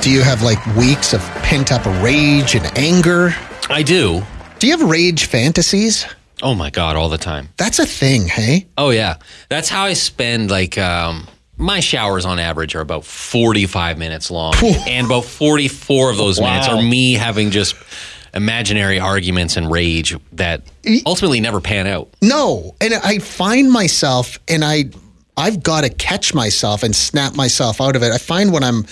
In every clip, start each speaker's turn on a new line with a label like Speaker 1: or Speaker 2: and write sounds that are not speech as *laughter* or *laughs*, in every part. Speaker 1: Do you have like weeks of pent up rage and anger?
Speaker 2: I do.
Speaker 1: Do you have rage fantasies?
Speaker 2: Oh my god, all the time.
Speaker 1: That's a thing, hey?
Speaker 2: Oh yeah. That's how I spend like um my showers on average are about 45 minutes long and about 44 of those minutes are me having just imaginary arguments and rage that ultimately never pan out.
Speaker 1: No, and I find myself, and I, I've got to catch myself and snap myself out of it. I find when I'm,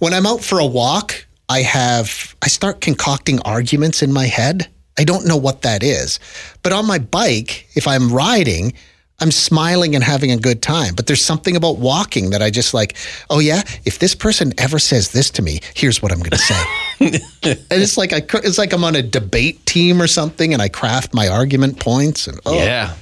Speaker 1: when I'm out for a walk, I have, I start concocting arguments in my head. I don't know what that is, but on my bike, if I'm riding, I'm smiling and having a good time. But there's something about walking that I just like. Oh yeah, if this person ever says this to me, here's what I'm going to say. and it's like I, cr- it's like I'm on a debate team or something, and I craft my argument points. And oh,
Speaker 2: Yeah.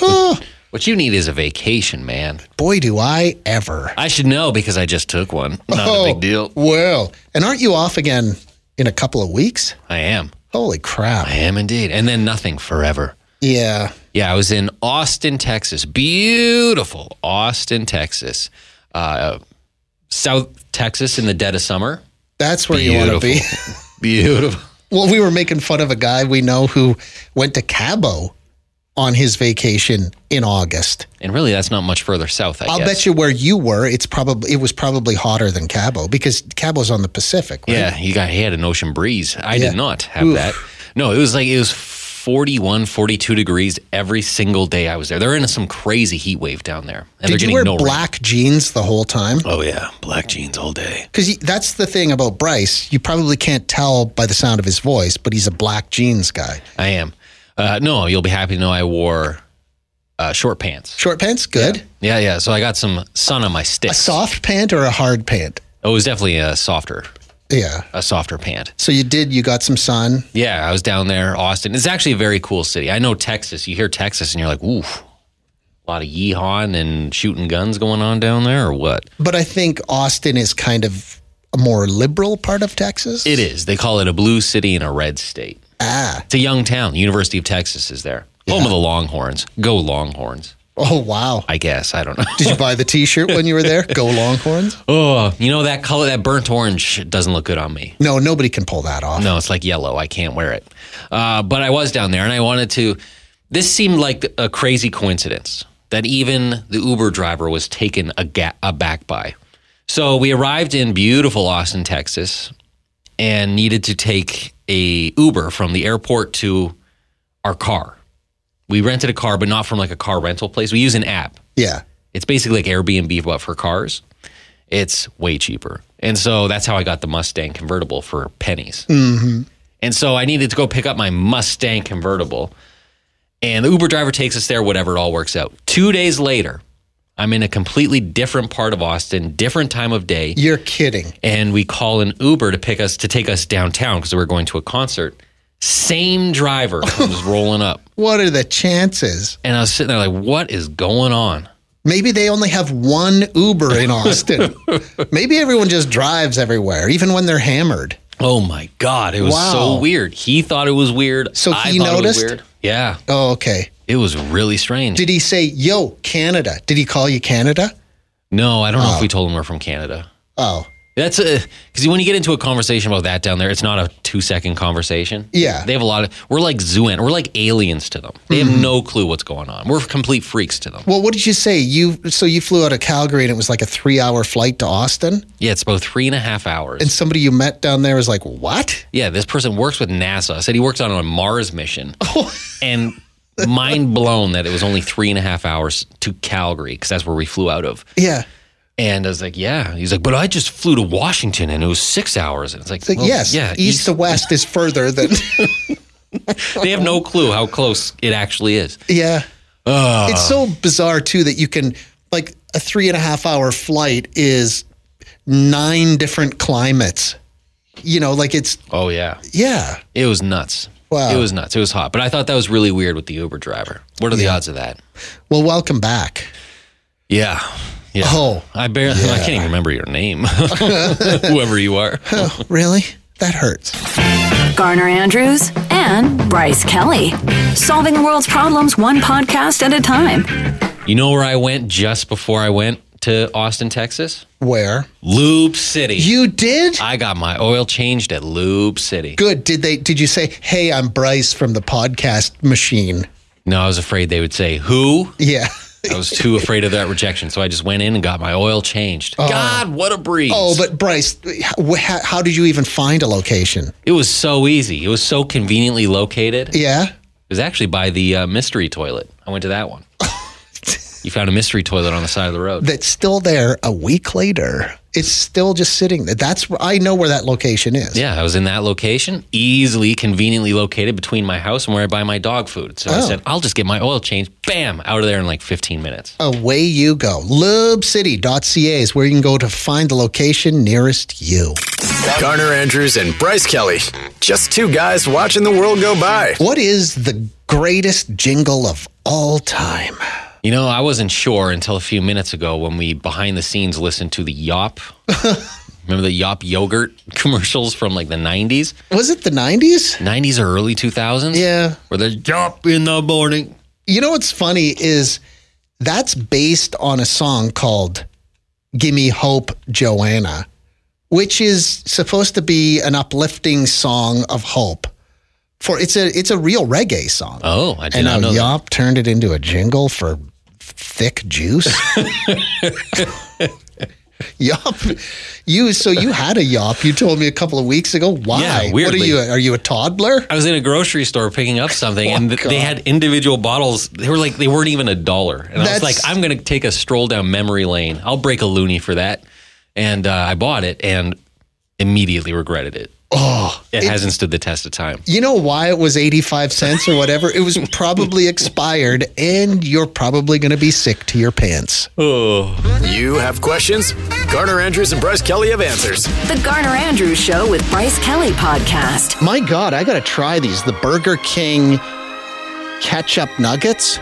Speaker 1: Oh,
Speaker 2: What you need is a vacation, man.
Speaker 1: boy, do I ever.
Speaker 2: I should know because I just took one. Not
Speaker 1: oh,
Speaker 2: a big deal.
Speaker 1: Well, and aren't you off again in a couple of weeks?
Speaker 2: I am.
Speaker 1: Holy crap.
Speaker 2: I am indeed. And then nothing forever.
Speaker 1: Yeah.
Speaker 2: Yeah, I was in Austin, Texas. Beautiful Austin, Texas. Uh, South Texas in the dead of summer.
Speaker 1: That's where you want to be.
Speaker 2: Beautiful.
Speaker 1: *laughs* Well, we were making fun of a guy we know who went to Cabo on his vacation in August.
Speaker 2: And really, that's not much further south, I
Speaker 1: I'll
Speaker 2: guess.
Speaker 1: bet you where you were, it's probably it was probably hotter than Cabo because Cabo's on the Pacific, right?
Speaker 2: Yeah, he got he had an ocean breeze. I
Speaker 1: Yeah.
Speaker 2: did not have
Speaker 1: Oof.
Speaker 2: that. No, it was like it was 41, 42 degrees every single day I was there. They're in some crazy heat wave down there. And they're
Speaker 1: Did
Speaker 2: getting
Speaker 1: you wear
Speaker 2: no rain.
Speaker 1: black jeans the whole time?
Speaker 2: Oh yeah, black jeans all day.
Speaker 1: Because that's the thing about Bryce. You probably can't tell by the sound of his voice, but he's a black jeans guy.
Speaker 2: I am. Uh, no, you'll be happy to know I wore uh, short pants.
Speaker 1: Short pants, good.
Speaker 2: Yeah, yeah. So I got some sun on my
Speaker 1: A
Speaker 2: sticks.
Speaker 1: soft pant or a hard pant?
Speaker 2: It was definitely a softer,
Speaker 1: Yeah.
Speaker 2: a softer pant.
Speaker 1: So you did. You got some sun.
Speaker 2: Yeah, I was down there, Austin. It's actually a very cool city. I know Texas. You hear Texas, and you're like, oof, a lot of yeehawing and shooting guns going on down there, or what?
Speaker 1: But I think Austin is kind of a more liberal part of Texas.
Speaker 2: It is. They call it a blue city and a red state.
Speaker 1: Ah.
Speaker 2: It's a young town. University of Texas is there. Home of the Longhorns. Go Longhorns.
Speaker 1: Oh wow.
Speaker 2: I guess. I don't know. *laughs*
Speaker 1: Did you buy the T-shirt when you were there? *laughs* Go Longhorns.
Speaker 2: oh, you know that color, that burnt orange doesn't look good on me.
Speaker 1: No, nobody can pull that off.
Speaker 2: No, it's like yellow. I can't wear it. Uh, but I was down there and I wanted to. This seemed like a crazy coincidence that even the Uber driver was taken aga- aback by. So we arrived in beautiful Austin, Texas, and needed to take a Uber from the airport to our car. We rented a car, but not from like a car rental place. We use an app.
Speaker 1: Yeah.
Speaker 2: It's basically like Airbnb, but for cars. It's way cheaper. And so that's how I got the Mustang convertible for pennies. Mm-hmm. And so I needed to go pick up my Mustang convertible. And the Uber driver takes us there, whatever, it all works out. Two days later, I'm in a completely different part of Austin, different time of day
Speaker 1: You're kidding.
Speaker 2: and we call an Uber to pick us to take us downtown because we were going to a concert. Same driver comes rolling up,
Speaker 1: What are the chances?
Speaker 2: and I was sitting there like, "What is going on?"
Speaker 1: Maybe they only have one Uber in *laughs* Austin. Maybe everyone just drives everywhere, even when they're hammered.
Speaker 2: Oh my god, it was
Speaker 1: Wow.
Speaker 2: so weird. He thought it was weird.
Speaker 1: So
Speaker 2: I
Speaker 1: he
Speaker 2: thought it was
Speaker 1: noticed?
Speaker 2: weird. Yeah,
Speaker 1: Oh, okay.
Speaker 2: it was really strange.
Speaker 1: Did he say, "Yo, Canada"? Did he call you Canada?
Speaker 2: no, I don't know if we told him we're from Canada.
Speaker 1: Oh,
Speaker 2: That's because when you get into a conversation about that down there, it's not a two-second conversation.
Speaker 1: Yeah. Mm-hmm.
Speaker 2: they have a lot of. We're like zoo. We're like aliens to them. They have no clue what's going on. We're complete freaks to them.
Speaker 1: Well, what did you say? You so you flew out of Calgary and it was like a three-hour flight to Austin,
Speaker 2: Yeah, it's about three and a half hours.
Speaker 1: and somebody you met down there was like, "What?
Speaker 2: Yeah, this person works with NASA. I said he worked on a
Speaker 1: *laughs*
Speaker 2: Mars mission.
Speaker 1: Oh.
Speaker 2: and mind blown that it was only three and a half hours to Calgary because that's where we flew out of.
Speaker 1: Yeah,
Speaker 2: And I was like, yeah. He's like, but I just flew to Washington and it was six hours. And it's like,
Speaker 1: It's like,
Speaker 2: well,
Speaker 1: yes,
Speaker 2: yeah,
Speaker 1: east, to west is further
Speaker 2: *laughs*
Speaker 1: than
Speaker 2: they have no clue how close it actually is.
Speaker 1: yeah.
Speaker 2: Ah.
Speaker 1: It's so bizarre too that you can like a three and a half hour flight is nine different climates. You know, like it's
Speaker 2: Oh yeah,
Speaker 1: yeah.
Speaker 2: it was nuts.
Speaker 1: Wow.
Speaker 2: it was nuts. It was hot, but I thought that was really weird with the Uber driver. What are the odds of that?
Speaker 1: Well, welcome
Speaker 2: *laughs*
Speaker 1: back.
Speaker 2: Yeah. Yeah.
Speaker 1: Oh,
Speaker 2: I barely, I can't even remember
Speaker 1: *laughs*
Speaker 2: your name, whoever you are.
Speaker 1: really? That hurts.
Speaker 3: Garner Andrews and Bryce Kelly. Solving the world's problems one podcast at a time.
Speaker 2: You know where I went just before I went to Austin, Texas?
Speaker 1: Where
Speaker 2: Loop City.
Speaker 1: you did
Speaker 2: I got my oil changed at Loop City.
Speaker 1: good? Did they? Did you say, "Hey, I'm Bryce from the podcast machine"?
Speaker 2: No, I was afraid they would say, Who?
Speaker 1: Yeah.
Speaker 2: I was too afraid of that rejection. So I just went in and got my oil changed. God, what a breeze.
Speaker 1: Oh, but Bryce, wh- how, how did you even find a location?
Speaker 2: it was so easy. It was so conveniently located. It
Speaker 1: Yeah.
Speaker 2: was actually by the uh, mystery toilet. I went to
Speaker 1: *laughs*
Speaker 2: that one. you found a mystery toilet on the side of the road.
Speaker 1: that's still there a week later. It's still just sitting there. That's where- I know where that location is.
Speaker 2: Yeah, I was in that location, easily, conveniently located between my house and where I buy my dog food. So I
Speaker 1: Oh.
Speaker 2: said, I'll just get my oil changed. Bam, out of there in like 15 minutes.
Speaker 1: Away you go. Lubcity.ca is where you can go to find the location nearest you.
Speaker 4: Garner Andrews and Bryce Kelly. Just two guys watching the world go by.
Speaker 1: What is the greatest jingle of all time?
Speaker 2: You know, I wasn't sure until a few minutes ago when we behind the scenes listened to
Speaker 1: *laughs*
Speaker 2: the Yop. Remember the Yop yogurt *laughs* commercials from like the 90s?
Speaker 1: Was it the 90s?
Speaker 2: 90s or early 2000s?
Speaker 1: Yeah.
Speaker 2: Where they Yop in the morning.
Speaker 1: You know what's funny is that's based on a song called Gimme Hope Joanna, which is supposed to be an uplifting song of hope. For it's a it's a real reggae song.
Speaker 2: Oh, I did
Speaker 1: And now
Speaker 2: not know. that.
Speaker 1: Yop turned it into a jingle for thick
Speaker 2: *laughs*
Speaker 1: juice. Yop, you so you had a yop. You told me a couple of weeks ago. Why?
Speaker 2: Yeah,
Speaker 1: what are
Speaker 2: weirdly.
Speaker 1: you? Are you a toddler?
Speaker 2: I was in a grocery store picking up something,
Speaker 1: *laughs* Oh,
Speaker 2: and th- they had individual bottles. They were like they weren't even a dollar, and I was
Speaker 1: That's-
Speaker 2: like, I'm going to take a stroll down memory lane. I'll break a loony for that, and uh, I bought it and immediately regretted it. Oh, it, hasn't stood the test of time.
Speaker 1: You know why it was eighty-five cents or whatever? It was probably expired, and you're probably going to be sick to your pants.
Speaker 4: You have questions? Garner Andrews and Bryce Kelly have answers.
Speaker 3: The Garner Andrews Show with Bryce Kelly podcast.
Speaker 1: My God, I got to try these. The Burger King ketchup nuggets.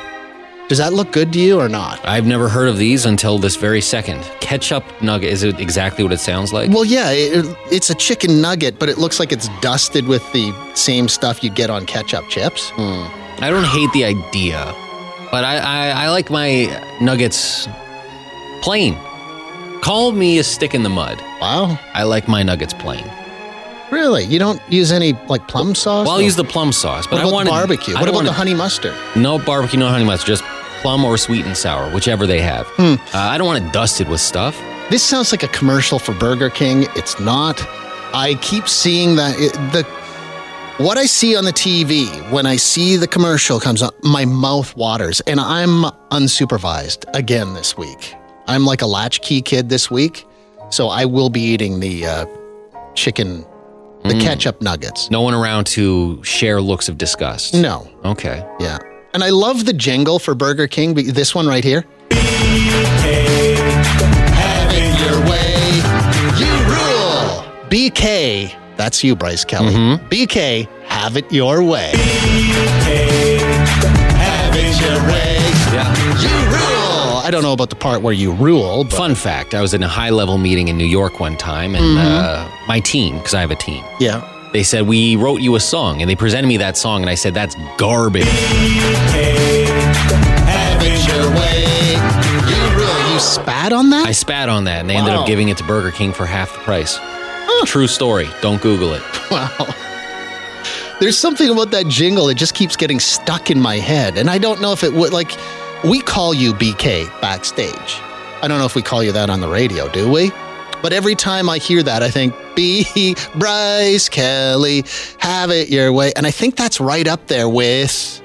Speaker 1: Does that look good to you or not?
Speaker 2: I've never heard of these until this very second. Ketchup nugget is it exactly what it sounds like?
Speaker 1: Well, yeah, it, it's a chicken nugget, but it looks like it's dusted with the same stuff you get on ketchup chips.
Speaker 2: I don't hate the idea, but I, I, I like my nuggets plain. Call me a stick in the mud.
Speaker 1: Wow,
Speaker 2: I like my nuggets plain.
Speaker 1: really? You don't use any like plum sauce?
Speaker 2: Well, I'll use the plum sauce, but
Speaker 1: What
Speaker 2: I
Speaker 1: about
Speaker 2: wanted
Speaker 1: the barbecue?
Speaker 2: I
Speaker 1: What about
Speaker 2: wanted-
Speaker 1: the honey mustard?
Speaker 2: No barbecue, no honey mustard, just plum or sweet and sour, whichever they have.
Speaker 1: Hmm.
Speaker 2: Uh, I don't want it dusted with stuff.
Speaker 1: This sounds like a commercial for Burger King. It's not. I keep seeing that it, the what I see on the TV when I see the commercial comes up, my mouth waters, and I'm unsupervised again this week. I'm like a latchkey kid this week, so I will be eating the uh, chicken, the ketchup nuggets.
Speaker 2: No one around to share looks of disgust.
Speaker 1: No,
Speaker 2: Okay.
Speaker 1: yeah, and I love the jingle for Burger King. But this one right here. Having your way, you rule. BK, that's you, Bryce Kelly. BK, have it your way. have it your way. You rule. I don't know about the part where you rule, but
Speaker 2: Fun fact I was in a high level meeting in New York one time, and uh, my team, because I have a team,
Speaker 1: yeah.
Speaker 2: they said, We wrote you a song, and they presented me that song, and I said, That's garbage.
Speaker 1: Have it your way. You rule. You spat on that?
Speaker 2: I spat on that, and they ended
Speaker 1: Wow.
Speaker 2: up giving it to Burger King for half the price. True story. Don't Google it.
Speaker 1: Wow. There's something about that jingle that just keeps getting stuck in my head. And I don't know if it would, like, we call you BK backstage. I don't know if we call you that on the radio, do we? But every time I hear that, I think, B, *laughs* Bryce Kelly, have it your way. And I think that's right up there with,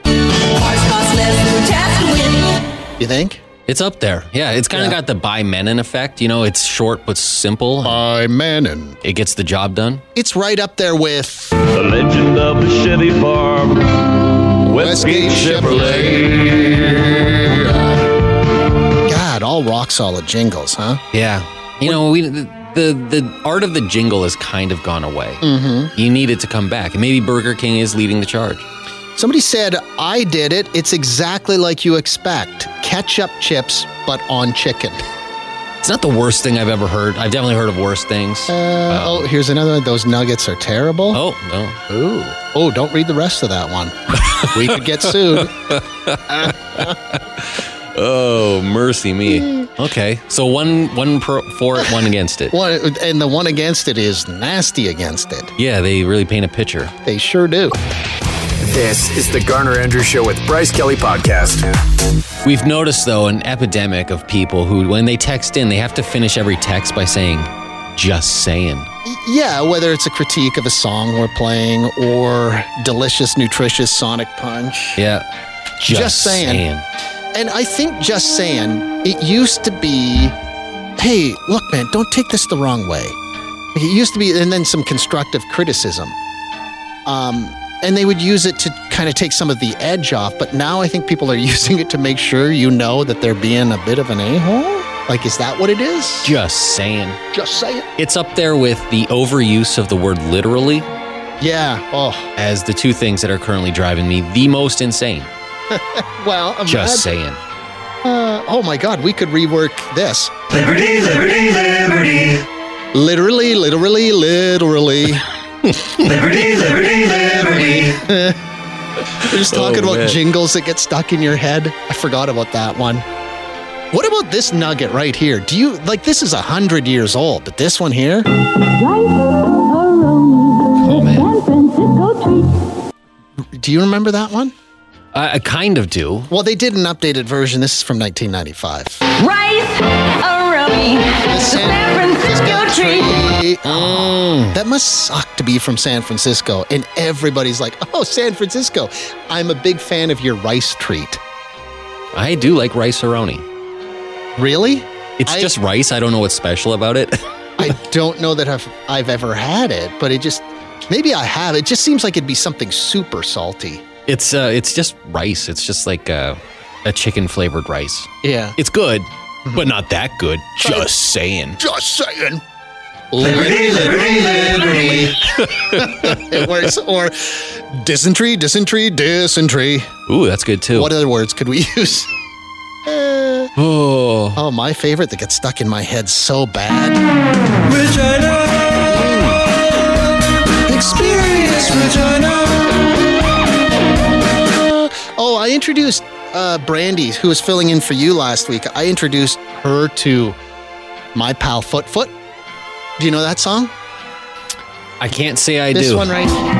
Speaker 1: you think?
Speaker 2: It's up there. Yeah, it's kind of got the by Menon effect. You know, it's short but simple.
Speaker 1: By Manon.
Speaker 2: it gets the job done.
Speaker 1: It's right up there with
Speaker 5: The legend of the Chevy Farm. Westgate
Speaker 1: Westgate Chevrolet.
Speaker 5: Chevrolet.
Speaker 1: God, all rock solid jingles, huh?
Speaker 2: Yeah. You know, we the, the the art of the jingle has kind of gone away. Mm-hmm. You need it to come back. And maybe Burger King is leading the charge.
Speaker 1: Somebody said, I did it. It's exactly like you expect. Ketchup chips, but on chicken.
Speaker 2: It's not the worst thing I've ever heard. I've definitely heard of worse things.
Speaker 1: Uh, oh, here's another one. Those nuggets are terrible.
Speaker 2: oh, no.
Speaker 1: Ooh. Oh, don't read the rest of that one. we could get sued.
Speaker 2: Oh, mercy me. Mm. Okay. So one one pro, for it, one
Speaker 1: *laughs*
Speaker 2: against it.
Speaker 1: One, and the one against it is nasty against it.
Speaker 2: Yeah, they really paint a picture.
Speaker 1: They sure do.
Speaker 4: This is the Garner Andrews Show with Bryce Kelly Podcast.
Speaker 2: We've noticed though an epidemic of people who when they text in, they have to finish every text by saying just saying.
Speaker 1: Yeah, whether it's a critique of a song we're playing or delicious, nutritious Sonic Punch.
Speaker 2: Yeah.
Speaker 1: Just saying. And I think just saying, it used to be, hey, look, man, don't take this the wrong way. It used to be, and then some constructive criticism. Um, and they would use it to kind of take some of the edge off. But now I think people are *laughs* using it to make sure you know that they're being a bit of an a hole. Like, is that what it is?
Speaker 2: Just saying.
Speaker 1: Just say it.
Speaker 2: It's up there with the overuse of the word literally
Speaker 1: Yeah. Oh,
Speaker 2: as the two things that are currently driving me the most insane.
Speaker 1: well, I'm
Speaker 2: Just saying.
Speaker 1: Uh, oh my God, we could rework this. Liberty, liberty, liberty. Literally, literally, literally. liberty, liberty, liberty. *laughs* We're just talking about
Speaker 2: man.
Speaker 1: jingles that get stuck in your head. I forgot about that one. What about this nugget right here? Do you like this is a hundred years old, but this one here?
Speaker 2: Oh man.
Speaker 1: Do you remember that one?
Speaker 2: I, I kind of do.
Speaker 1: Well, they did an updated version. This is from 1995.
Speaker 6: Rice, aroni,
Speaker 1: The San Francisco tree.
Speaker 2: Mm.
Speaker 1: That must suck to be from San Francisco. And everybody's like, oh, San Francisco. I'm a big fan of your rice treat.
Speaker 2: I do like rice aroni.
Speaker 1: Really?
Speaker 2: It's
Speaker 1: I-
Speaker 2: just rice. I don't know what's special about it. *laughs*
Speaker 1: *laughs* I don't know that I've, I've ever had it, but it just, maybe I have. It just seems like it'd be something super salty.
Speaker 2: It's uh, it's just rice. It's just like uh, a chicken flavored rice.
Speaker 1: Yeah.
Speaker 2: It's good,
Speaker 1: Mm-hmm.
Speaker 2: but not that good. Just saying.
Speaker 1: Just saying. Liberty, liberty, liberty. *laughs* it works. Or dysentery, dysentery, dysentery.
Speaker 2: Ooh, that's good too.
Speaker 1: What other words could we *laughs* use? Eh.
Speaker 2: oh,
Speaker 1: Oh, my favorite that gets stuck in my head so bad. Experience Oh, I introduced uh, Brandy, who was filling in for you last week. I introduced her to my pal Foot Foot. Do you know that song?
Speaker 2: I can't say I
Speaker 1: this
Speaker 2: do.
Speaker 1: one right here.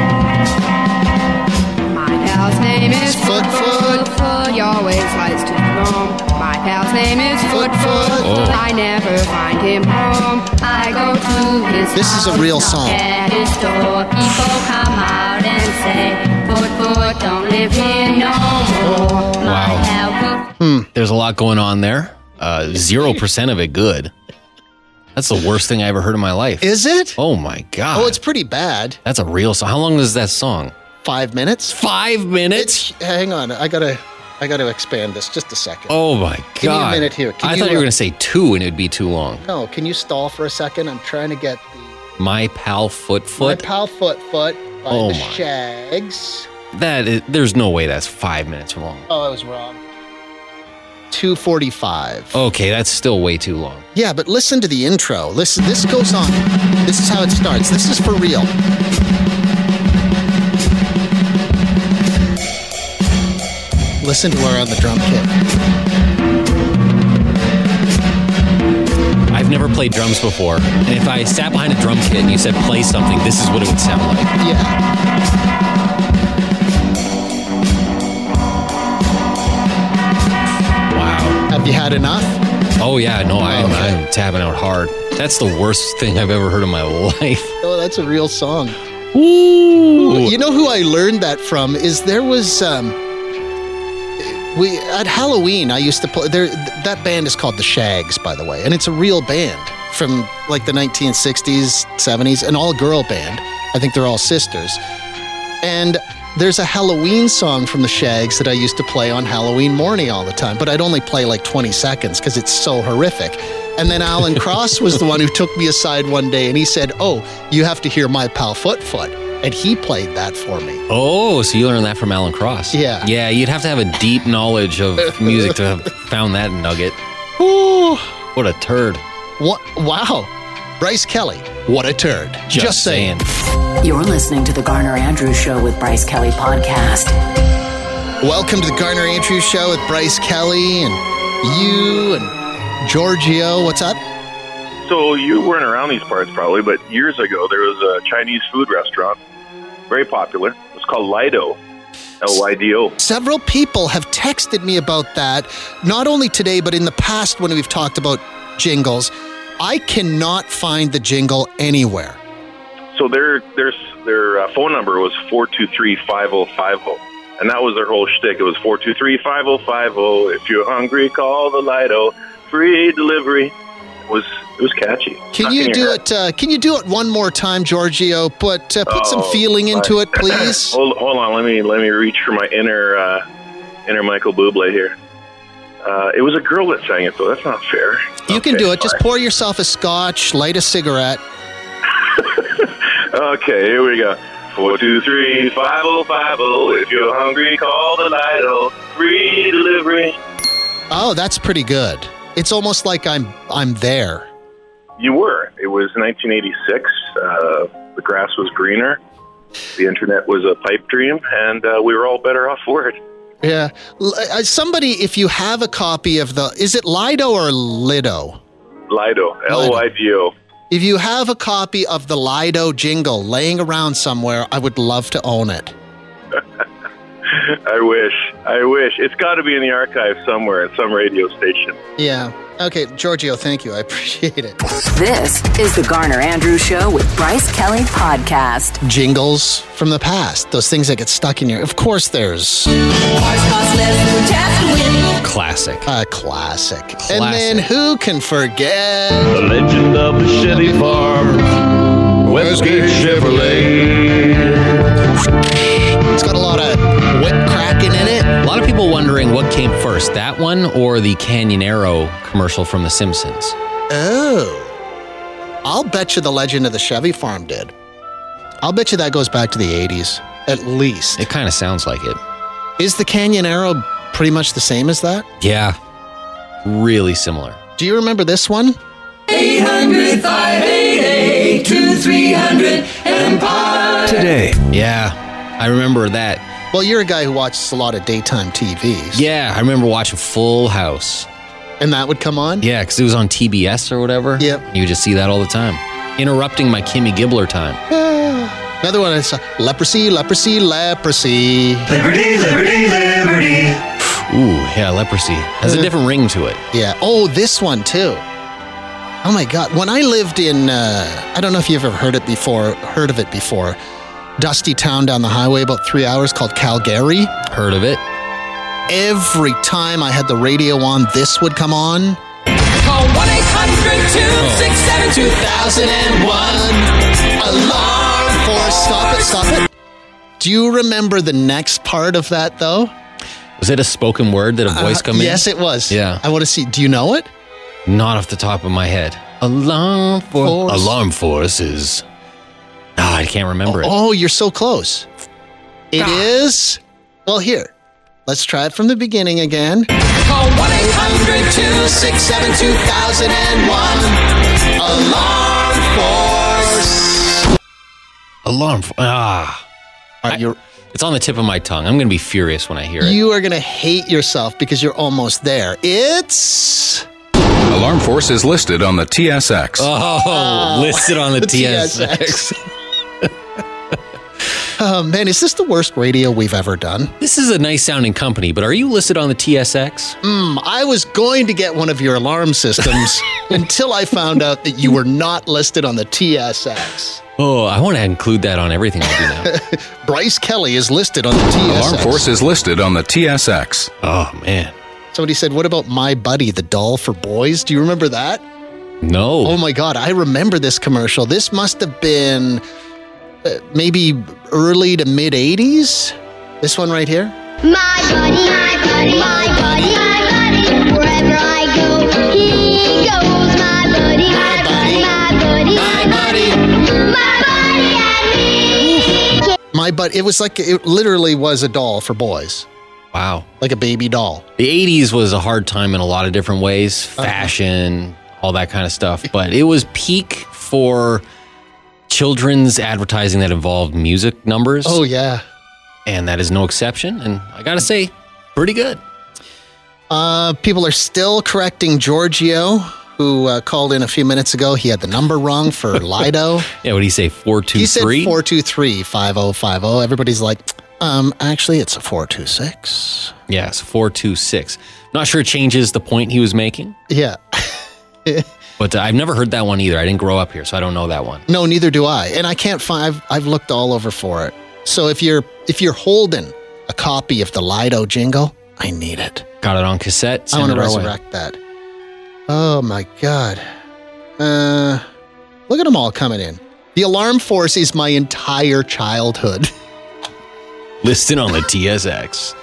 Speaker 7: My pal's name is
Speaker 1: Foot
Speaker 7: Foot Foot. Foot, he always likes to roam. My pal's name is Foot Foot.
Speaker 2: Oh.
Speaker 7: I never find him home. I go to his
Speaker 1: This is a
Speaker 7: house,
Speaker 1: real
Speaker 7: knock
Speaker 1: song.
Speaker 7: At his door, people come out and say, Foot Foot don't live here no more. My
Speaker 2: Wow.
Speaker 7: pal Foot
Speaker 2: There's a lot going on there. Uh, Zero percent of it good. That's the worst thing I ever heard in my life.
Speaker 1: Is it?
Speaker 2: oh my god.
Speaker 1: Oh, it's pretty bad.
Speaker 2: that's a real song. How long is that song?
Speaker 1: Five minutes.
Speaker 2: Five minutes.
Speaker 1: It's. Hang on, I gotta, I gotta expand this just a second.
Speaker 2: oh my god.
Speaker 1: Give me a minute here. Can
Speaker 2: I
Speaker 1: you,
Speaker 2: thought you
Speaker 1: uh,
Speaker 2: were gonna say two, and it would be too long.
Speaker 1: No, can you stall for a second? I'm trying to get the
Speaker 2: My pal Foot Foot.
Speaker 1: my pal Foot Foot by the
Speaker 2: Oh my.
Speaker 1: Shags.
Speaker 2: that is, there's no way that's five minutes long.
Speaker 1: Oh, I was wrong. 245.
Speaker 2: Okay, that's still way too long.
Speaker 1: Yeah, but listen to the intro. Listen, this goes on. This is how it starts. This is for real. Listen to her on the drum kit.
Speaker 2: I've never played drums before, and if I sat behind a drum kit and you said play something, this is what it would sound like.
Speaker 1: Yeah.
Speaker 2: Wow.
Speaker 1: Have you had enough?
Speaker 2: Oh yeah, no, I'm,
Speaker 1: Okay.
Speaker 2: I'm tapping out hard. That's the worst thing I've ever heard in my *laughs* life.
Speaker 1: Oh, that's a real song.
Speaker 2: Ooh.
Speaker 1: You know who I learned that from is there was um We at Halloween, I used to play. There, th- that band is called the Shags, by the way, and it's a real band from like the 1960s, 70s, an all-girl band. I think they're all sisters. And there's a Halloween song from the Shags that I used to play on Halloween morning all the time, but I'd only play like 20 seconds because it's so horrific. And then Alan Cross was the one who took me aside one day and he said, "Oh, you have to hear my pal Foot Foot," and he played that for me.
Speaker 2: Oh, so you learned that from Alan Cross.
Speaker 1: Yeah.
Speaker 2: Yeah, you'd have to have a deep knowledge of music to have found that nugget.
Speaker 1: Ooh.
Speaker 2: What a turd.
Speaker 1: What? Wow. Bryce Kelly. What a turd. Just, saying.
Speaker 3: You're listening to The Garner Andrews Show with Bryce Kelly Podcast.
Speaker 1: Welcome to the Garner Andrews Show with Bryce Kelly and you and Giorgio. What's up?
Speaker 8: So you weren't around these parts probably, but years ago there was a Chinese food restaurant, very popular. It was called Lido, L Y D O.
Speaker 1: Several people have texted me about that, not only today, but in the past when we've talked about jingles. I cannot find the jingle anywhere.
Speaker 8: So their their their uh, phone number was four two three five zero five zero, and that was their whole shtick. It was four two three five zero five zero. If you're hungry, call the Lido. Free delivery. It was it was catchy.
Speaker 1: Can
Speaker 8: Stuck in
Speaker 1: you
Speaker 8: your
Speaker 1: do
Speaker 8: head.
Speaker 1: it? Uh, can you do it one more time, Giorgio? Put uh, put some
Speaker 8: Oh,
Speaker 1: feeling into
Speaker 8: my- *laughs* Oh,
Speaker 1: it, please.
Speaker 8: hold, hold on, let me let me reach for my inner uh, inner Michael Bublé here. Uh, it was a girl that sang it, though. That's not fair.
Speaker 1: You can
Speaker 8: Okay,
Speaker 1: do it. Just
Speaker 8: fine.
Speaker 1: pour yourself a scotch, light a cigarette.
Speaker 8: Okay, here we go. Four two three five zero five zero. If you're hungry, call the Lido. Free delivery.
Speaker 1: Oh, that's pretty good. It's almost like I'm I'm there.
Speaker 8: You were. It was 1986. Uh, the grass was greener. The internet was a pipe dream, and uh, we were all better off for it.
Speaker 1: Yeah. L- uh, somebody, if you have a copy of the, is it Lido or Lido?
Speaker 8: Lido, L Y D O.
Speaker 1: If you have a copy of the Lido jingle laying around somewhere, I would love to own it.
Speaker 8: I wish. I wish. It's got to be in the archive somewhere at some radio station.
Speaker 1: Yeah. Okay, Giorgio, thank you. I *laughs* appreciate it.
Speaker 3: This is The Garner Andrews Show with Bryce Kelly Podcast.
Speaker 1: Jingles from the past, those things that get stuck in your. Of course, there's
Speaker 2: Classic.
Speaker 1: a classic. And then who can forget?
Speaker 5: The legend of the Chevy Farm. Westgate Chevrolet.
Speaker 1: It's got a lot of whip cracking in it.
Speaker 2: A lot of people wondering what came first, that one or the Canyonero commercial from The Simpsons.
Speaker 1: Oh. I'll bet you the legend of the Chevy farm did. I'll bet you that goes back to the 80s, at least.
Speaker 2: It kind of sounds like it.
Speaker 1: Is the Canyon Arrow pretty much the same as that?
Speaker 2: Yeah. Really similar.
Speaker 1: Do you remember this one?
Speaker 4: Today.
Speaker 2: Yeah. I remember that.
Speaker 1: Well, you're a guy who watches a lot of daytime TVs.
Speaker 2: Yeah, I remember watching Full House.
Speaker 1: And that would come on?
Speaker 2: Yeah, because it was on TBS or whatever.
Speaker 1: Yep.
Speaker 2: You would just see that all the time. Interrupting my Kimmy Gibbler time.
Speaker 1: Ah. Another one I saw Leprosy, Leprosy, Leprosy.
Speaker 2: Ooh, yeah, leprosy. Has a different ring to it.
Speaker 1: Yeah. Oh, this one too. Oh my God. When I lived in, uh, I don't know if you've ever heard it before, heard of it before, dusty town down the highway about three hours called Calgary.
Speaker 2: Heard of it?
Speaker 1: Every time I had the radio on, this would come on.
Speaker 9: Call 1 800 267
Speaker 1: 2001 alarm for stop it, stop it. Oh, *laughs* Do you remember the next part of that though?
Speaker 2: Was it a spoken word? Did a voice
Speaker 1: Uh,
Speaker 2: come in?
Speaker 1: Yes, it was.
Speaker 2: Yeah.
Speaker 1: I want to see. Do you know it?
Speaker 2: Not off the top of my head. Alarm for
Speaker 1: Force.
Speaker 2: Alarm force is. Ah, I can't remember it.
Speaker 1: Oh, you're so close. It is. Well, here. Let's try it from the beginning again.
Speaker 9: Call 1 800 267
Speaker 1: 2001 alarm force.
Speaker 2: Alarm for. Ah.
Speaker 1: All right, you're,
Speaker 2: It's on the tip of my tongue. I'm going to be furious when I hear it.
Speaker 1: you are going to hate yourself because you're almost there. It's
Speaker 10: Alarm Force is listed on the TSX.
Speaker 1: Oh. *laughs*
Speaker 2: oh, listed on the, TSX.
Speaker 1: Oh, man, is this the worst radio we've ever done?
Speaker 2: This is a nice sounding company, but are you listed on the TSX?
Speaker 1: Mm, I was going to get one of your
Speaker 10: *laughs*
Speaker 1: alarm systems until I found out that you were not listed on the TSX.
Speaker 2: Oh, I want to include that on everything I
Speaker 1: *laughs*
Speaker 2: do now.
Speaker 1: Bryce Kelly is listed on the TSX.
Speaker 10: Alarm Force is listed on the TSX.
Speaker 2: Oh, man.
Speaker 1: Somebody said, What about My Buddy, the doll for boys? Do you remember that?
Speaker 2: No.
Speaker 1: Oh my God, I remember this commercial. This must have been uh, maybe early to mid 80s. This one right here.
Speaker 11: My buddy, my buddy, my buddy, my buddy. Wherever I go, he goes. My buddy, my buddy, my buddy, my buddy, my buddy and me.
Speaker 1: My Buddy, it was like, it literally was a doll for boys,
Speaker 2: Wow.
Speaker 1: like a baby doll.
Speaker 2: The 80s was a hard time in a lot of different ways
Speaker 1: Uh-huh.
Speaker 2: fashion, all that kind of stuff. But it was peak for children's advertising that involved music numbers.
Speaker 1: Oh, yeah.
Speaker 2: And that is no exception. And I got to say, pretty good.
Speaker 1: Uh, people are still correcting Giorgio, who uh, called in a few minutes ago. He had the number wrong *laughs* for Lido.
Speaker 2: Yeah, what do you say?
Speaker 1: he said
Speaker 2: 423?
Speaker 1: 423 5050. Everybody's like, um, actually, it's a 426.
Speaker 2: Yes, 426. Not sure it changes the point he was making,
Speaker 1: Yeah. *laughs*
Speaker 2: but uh, I've never heard that one either. I didn't grow up here, so I don't know that one.
Speaker 1: No, neither do I. And I can't find. I've, I've looked all over for it. So if you're if you're holding a copy of the Lido jingle, I need it.
Speaker 2: Got it on cassette.
Speaker 1: I
Speaker 2: send
Speaker 1: want
Speaker 2: it
Speaker 1: to
Speaker 2: our way.
Speaker 1: resurrect that. Oh my god. Uh, look at them all coming in. The alarm force is my entire childhood. *laughs*
Speaker 2: Listed on the TSX.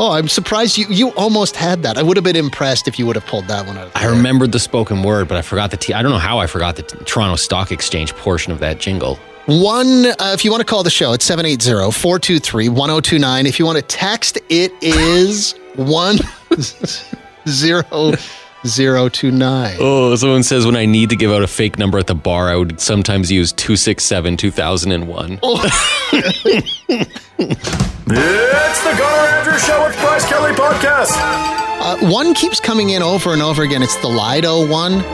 Speaker 1: Oh, I'm surprised you you almost had that. I would have been impressed if you would have pulled that one out. Of the
Speaker 2: I remembered the spoken word, but I forgot the T. I don't know how I forgot the t- Toronto Stock Exchange portion of that jingle.
Speaker 1: One, uh, if you want to call the show, it's 780 423 1029. If you want to text, it is *laughs* 10029.
Speaker 2: Oh, someone says when I need to give out a fake number at the bar, I would sometimes use 267 2001.
Speaker 4: It's the Garner Andrews Show with Bryce Kelly Podcast.
Speaker 1: Uh, one keeps coming in over and over again. It's the Lido one.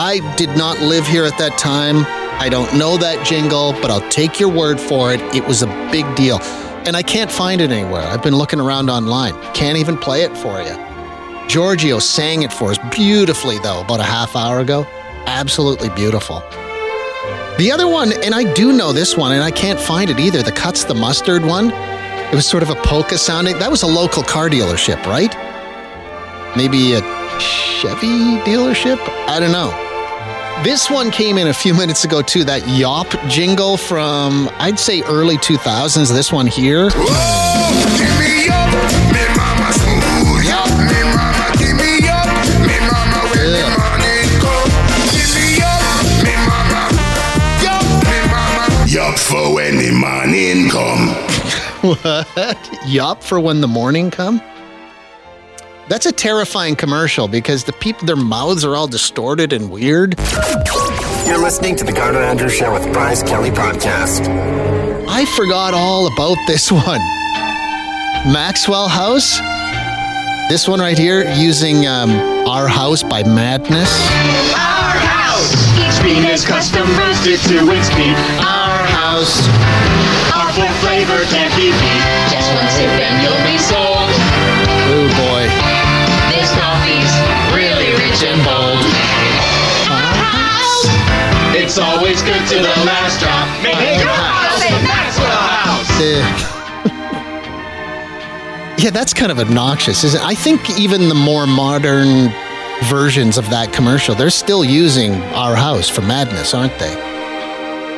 Speaker 1: I did not live here at that time. I don't know that jingle, but I'll take your word for it. It was a big deal. And I can't find it anywhere. I've been looking around online. Can't even play it for you. Giorgio sang it for us beautifully, though, about a half hour ago. Absolutely beautiful. The other one, and I do know this one, and I can't find it either the Cuts the Mustard one. It was sort of a polka sounding. That was a local car dealership, right? Maybe a Chevy dealership? I don't know. This one came in a few *laughs* minutes ago, too. That Yop jingle from, I'd say, early 2000s. This one here.
Speaker 12: Yup for when the morning come.
Speaker 1: What? Yup for when the morning come? That's a terrifying commercial because the people, their mouths are all distorted and weird.
Speaker 4: You're listening to the Garner Andrews Show with Bryce Kelly Podcast.
Speaker 1: I forgot all about this *laughs* one. Maxwell House. This one right here, using um, Our House by Madness.
Speaker 9: Our house. Each bean is custom roasted to its peak. Our house. Our full flavor can't be beat. Just one sip and you'll be sold.
Speaker 1: Oh boy.
Speaker 9: This coffee's really rich and bold. It's always good to the last drop. Make your house a Maxwell house.
Speaker 1: Eh. yeah, that's kind of obnoxious, isn't it? I think even the more modern versions of that commercial, they're still using Our House for Madness, aren't they?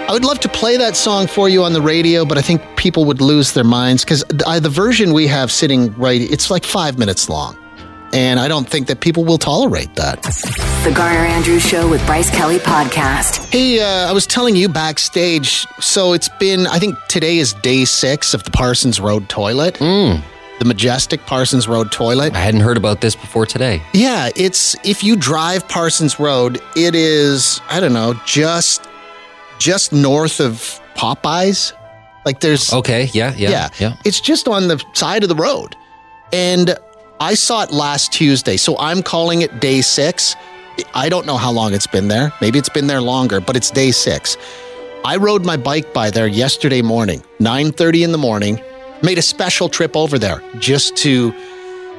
Speaker 1: I would love to play that song for you on the radio, but I think people would lose their minds because the version we have sitting right, it's like five minutes long. And I don't think that people will tolerate that.
Speaker 3: The Garner Andrews Show with Bryce Kelly Podcast.
Speaker 1: Hey, uh, I was telling you backstage. So it's been, I think today is day six of the Parsons Road toilet, the majestic Parsons Road toilet.
Speaker 2: I hadn't heard about this before today.
Speaker 1: Yeah, it's if you drive Parsons Road, it is I don't know, just just north of Popeyes. Like there's
Speaker 2: Okay, yeah, yeah, yeah.
Speaker 1: It's just on the side of the road. And I saw it last Tuesday. So I'm calling it day six. I don't know how long it's been there. Maybe it's been there longer, but it's day six. I rode my bike by there yesterday morning, 9:30 in the morning, made a special trip over there just to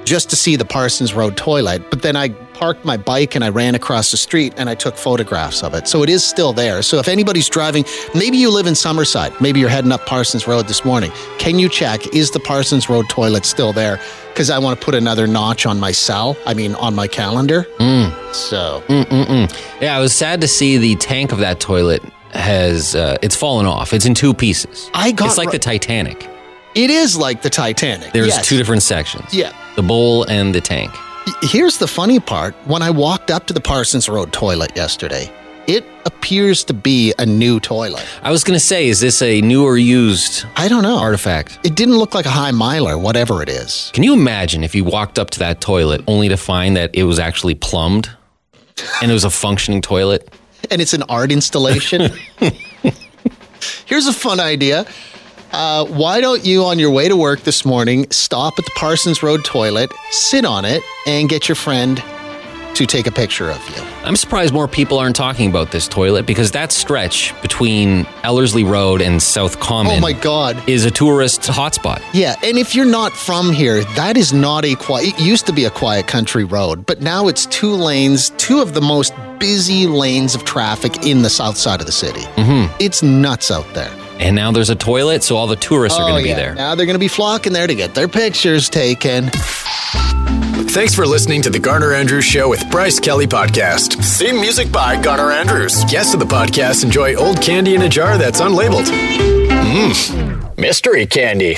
Speaker 1: just to see the Parsons Road toilet, but then I parked my bike and I ran across the street and I took photographs of it. So it is still there. So if anybody's driving, maybe you live in Summerside, maybe you're heading up Parsons Road this morning, can you check is the Parsons Road toilet still there? Because I want to put another notch on my cell, I mean, on my calendar.
Speaker 2: Hmm.
Speaker 1: So,
Speaker 2: Mm-mm-mm. yeah, I was sad to see the tank of that toilet has uh, it's fallen off. It's in two pieces.
Speaker 1: I got
Speaker 2: it's like
Speaker 1: ri-
Speaker 2: the Titanic.
Speaker 1: It is like the Titanic.
Speaker 2: There's
Speaker 1: yes.
Speaker 2: two different sections.
Speaker 1: Yeah.
Speaker 2: the bowl and the tank.
Speaker 1: Here's the funny part. When I walked up to the Parsons Road toilet yesterday, it appears to be a new toilet.
Speaker 2: I was gonna say, is this a new or used?
Speaker 1: I don't know.
Speaker 2: Artifact.
Speaker 1: It didn't look like a high miler, whatever it is.
Speaker 2: Can you imagine if you walked up to that toilet only to find that it was actually plumbed and it was a functioning toilet?
Speaker 1: And it's an art installation. Here's a fun idea. Uh, why don't you, on your way to work this morning, stop at the Parsons Road toilet, sit on it, and get your friend to take a picture of you?
Speaker 2: I'm surprised more people aren't talking about this toilet because that stretch between Ellerslie Road and South Common
Speaker 1: Oh my God.
Speaker 2: is a tourist hotspot.
Speaker 1: Yeah, and if you're not from here, that is not a quiet. It used to be a quiet country road, but now it's two lanes, two of the most busy lanes of traffic in the south side of the city. Mm-hmm. It's nuts out there.
Speaker 2: And now there's a toilet, so all the tourists are
Speaker 1: Oh,
Speaker 2: going to
Speaker 1: yeah.
Speaker 2: be there.
Speaker 1: Now they're going to be flocking there to get their pictures taken.
Speaker 4: Thanks for listening to the Garner Andrews Show with Bryce Kelly Podcast. Theme music by Garner Andrews. Guests of the podcast enjoy old candy in a jar that's unlabeled. Mmm, mystery candy.